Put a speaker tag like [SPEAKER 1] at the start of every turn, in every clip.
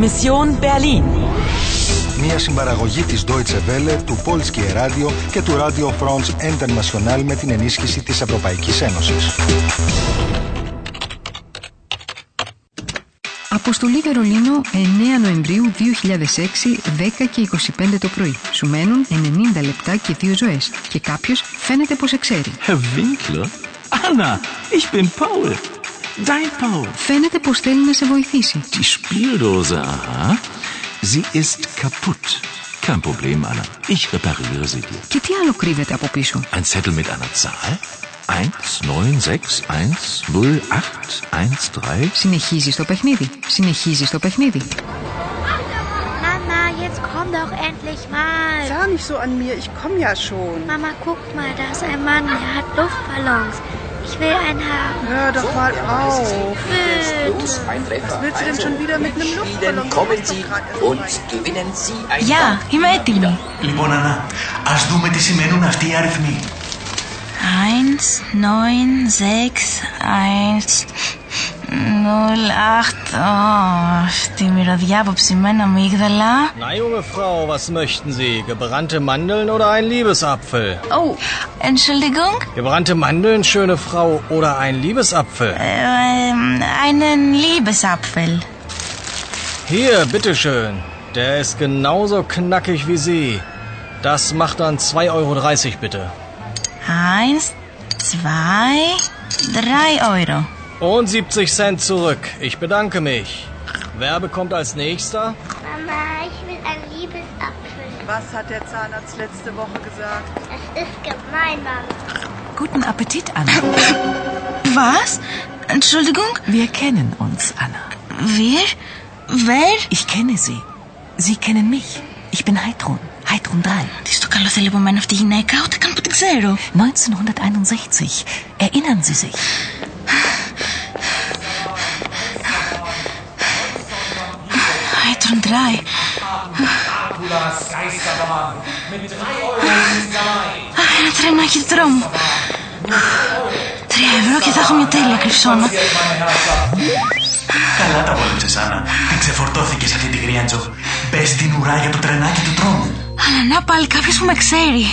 [SPEAKER 1] Mission Berlin.
[SPEAKER 2] Μια συμπαραγωγή της Deutsche Welle, του Polskie Radio και του Radio France International με την ενίσχυση της Ευρωπαϊκής Ένωσης.
[SPEAKER 3] Αποστολή Βερολίνο 9 Νοεμβρίου 2006, 10 και 25 το πρωί. Σου μένουν 90 λεπτά και δύο ζωές. Και κάποιος φαίνεται πως εξέρει.
[SPEAKER 4] Herr Winkler? Anna, ich bin Paul. Dein Paul.
[SPEAKER 3] Φαίνεται πως θέλει να σε βοηθήσει.
[SPEAKER 4] Die Spieldose, aha. Sie ist kaputt. Kein Problem, Anna. Ich repariere sie dir.
[SPEAKER 3] Και τι άλλο κρύβεται από πίσω.
[SPEAKER 4] Ein Zettel mit einer Zahl? 1, 9, 6, 1, 0, 8, 1, 3.
[SPEAKER 3] Συνεχίζει το παιχνίδι. Συνεχίζει το παιχνίδι.
[SPEAKER 5] Mama, jetzt komm doch endlich mal.
[SPEAKER 6] Sah nicht so an mir, ich komme ja schon.
[SPEAKER 5] Mama, guck mal, da ist ein Mann, der hat Luftballons. Ich will einen haben.
[SPEAKER 6] Hör doch mal auf.
[SPEAKER 5] Bitte.
[SPEAKER 7] Plus ein Treffer.
[SPEAKER 6] Was willst du denn
[SPEAKER 7] Also,
[SPEAKER 6] schon wieder mit einem Luftballon?
[SPEAKER 7] Spielen kommen Sie
[SPEAKER 6] Ich hab doch grad
[SPEAKER 7] und
[SPEAKER 6] erst
[SPEAKER 7] gewinnen Sie ein
[SPEAKER 1] Ja, είμαι έτοιμη.
[SPEAKER 8] Λοιπόν, Ανά, ας δούμε τι σημαίνουν αυτοί οι αριθμοί.
[SPEAKER 9] 1, 9, 6, 1, 0, 8. Oh, τη μυρωδιά από ψημένα μίγδαλα.
[SPEAKER 10] Na, junge Frau, was möchten Sie? Gebrannte Mandeln oder ein Liebesapfel?
[SPEAKER 9] Oh, Entschuldigung.
[SPEAKER 10] Gebrannte Mandeln, schöne Frau, oder ein Liebesapfel?
[SPEAKER 9] Äh, einen Liebesapfel.
[SPEAKER 10] Hier, bitteschön. Der ist genauso knackig wie Sie. Das macht dann 2,30 Euro bitte.
[SPEAKER 9] Eins, zwei, drei Euro.
[SPEAKER 10] Und 70 Cent zurück. Ich bedanke mich. Wer bekommt als nächster?
[SPEAKER 5] Mama, ich will einen Liebesapfel.
[SPEAKER 6] Was hat der Zahnarzt letzte Woche gesagt?
[SPEAKER 5] Das ist gemein, Mama.
[SPEAKER 1] Guten Appetit, Anna.
[SPEAKER 9] Was? Entschuldigung,
[SPEAKER 1] Wir kennen uns, Anna.
[SPEAKER 9] wer? Wer?
[SPEAKER 1] Ich kenne Sie. Sie kennen mich. Ich bin Heidrun. Heidrun 3.
[SPEAKER 9] Τι στο καλό θέλει από μένα αυτή η γυναίκα, ούτε καν που την ξέρω.
[SPEAKER 1] 1961. Erinnern Sie sich?
[SPEAKER 9] Άιτρον Ντράι.
[SPEAKER 6] Ah,
[SPEAKER 9] Αχ, ένα τρεμάκι του δρόμου. Τρία ευρώ και θα έχω μια τέλεια
[SPEAKER 6] ne?
[SPEAKER 9] κρυψώνα.
[SPEAKER 8] Καλά τα βόλεψες, Άννα. Την ξεφορτώθηκες αυτή τη γρίαντζο. Μπες στην ουρά για το τρενάκι του τρόμου.
[SPEAKER 9] Αλλά να πάλι κάποιος που με ξέρει.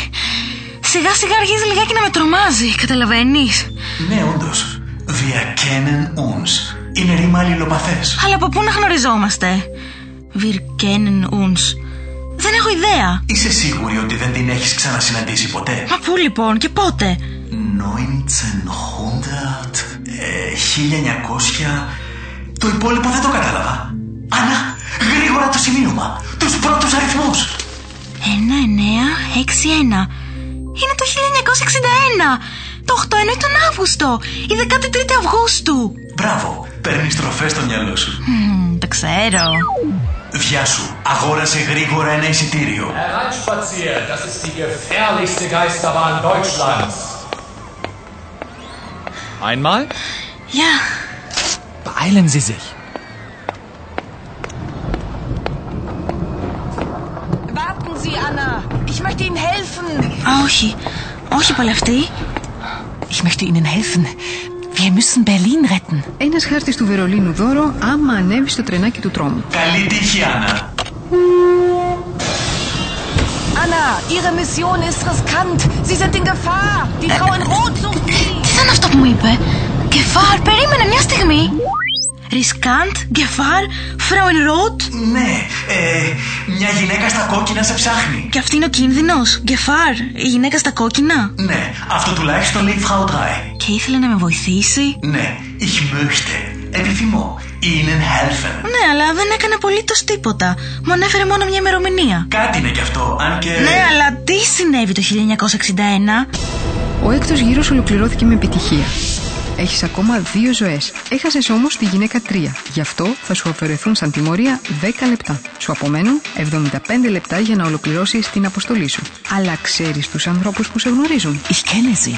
[SPEAKER 9] Σιγά σιγά αρχίζει λιγάκι να με τρομάζει, καταλαβαίνεις.
[SPEAKER 8] Ναι, όντως. Wir kennen uns. Είναι ρήμα αλληλοπαθές.
[SPEAKER 9] Αλλά από πού να γνωριζόμαστε. Wir kennen uns. Δεν έχω ιδέα.
[SPEAKER 8] Είσαι σίγουρη ότι δεν την έχεις ξανασυναντήσει ποτέ.
[SPEAKER 9] Μα πού λοιπόν και πότε.
[SPEAKER 8] 1900, ε, 1900. Το υπόλοιπο δεν το κατάλαβα. Ανά, γρήγορα το σημείωμα. Τους πρώτους αριθμούς.
[SPEAKER 9] 1961. Είναι το 1961. Το 8 είναι τον Αύγουστο. Η 13η Αυγούστου.
[SPEAKER 8] Μπράβο, παίρνεις τροφές στο μυαλό σου.
[SPEAKER 9] Μμμ, το ξέρω.
[SPEAKER 8] Διάσου, αγόρασε γρήγορα ένα εισιτήριο.
[SPEAKER 7] Hereinspaziert, das ist die gefährlichste Geisterbahn Deutschlands.
[SPEAKER 10] Einmal?
[SPEAKER 9] Γεια.
[SPEAKER 10] Beeilen Sie sich.
[SPEAKER 1] Warten Sie, Anna. Ich möchte Ihnen helfen.
[SPEAKER 9] Α, όχι. Όχι παλευτή.
[SPEAKER 1] Ich möchte Ihnen helfen. Wir müssen Berlin retten.
[SPEAKER 3] Ένας χάρτης του Βερολίνου δώρο άμα ανέβει στο τρενάκι του τρόμου.
[SPEAKER 8] Καλή τύχη, Άννα.
[SPEAKER 6] Anna, Ihre Mission ist riskant. Sie sind in Gefahr. Die Frau in Rot sucht Sie.
[SPEAKER 9] Τι ήταν αυτό που μου είπε. Γκεφάρ, περίμενε μια στιγμή. Ρισκάντ, Γκεφάρ, Φράουιν Ρότ.
[SPEAKER 8] Ναι, ε, μια γυναίκα στα κόκκινα σε ψάχνει.
[SPEAKER 9] Και αυτή είναι ο κίνδυνο. Γκεφάρ, η γυναίκα στα κόκκινα.
[SPEAKER 8] Ναι, αυτό τουλάχιστον λέει Frau Drei.
[SPEAKER 9] Και ήθελε να με βοηθήσει.
[SPEAKER 8] Ναι, ich möchte. Επιθυμώ. Ihnen helfen.
[SPEAKER 9] Ναι, αλλά δεν έκανε απολύτω τίποτα. Μου ανέφερε μόνο μια ημερομηνία.
[SPEAKER 8] Κάτι είναι κι αυτό, αν και...
[SPEAKER 9] Ναι, αλλά τι συνέβη το 1961.
[SPEAKER 3] Ο έκτος γύρος ολοκληρώθηκε με επιτυχία. Έχεις ακόμα δύο ζωές. Έχασες όμως τη γυναίκα τρία. Γι' αυτό θα σου αφαιρεθούν σαν τιμωρία 10 λεπτά. Σου απομένουν 75 λεπτά για να ολοκληρώσεις την αποστολή σου. Αλλά ξέρεις τους ανθρώπους που σε γνωρίζουν.
[SPEAKER 1] Ich kenne Sie.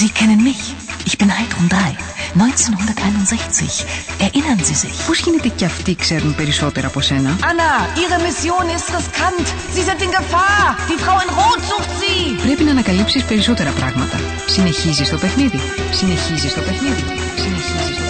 [SPEAKER 1] Sie kennen mich. Ich bin Heidrun 3. 1961. Erinnern Sie sich?
[SPEAKER 3] Πώς γίνεται και αυτοί ξέρουν περισσότερα από σένα.
[SPEAKER 6] Anna, Ihre Mission ist riskant. Sie sind in Gefahr. Die Frau in Rot sucht Sie.
[SPEAKER 3] Πρέπει να ανακαλύψεις περισσότερα πράγματα. Συνεχίζεις το παιχνίδι. Συνεχίζεις το παιχνίδι. Συνεχίζεις το παιχνίδι.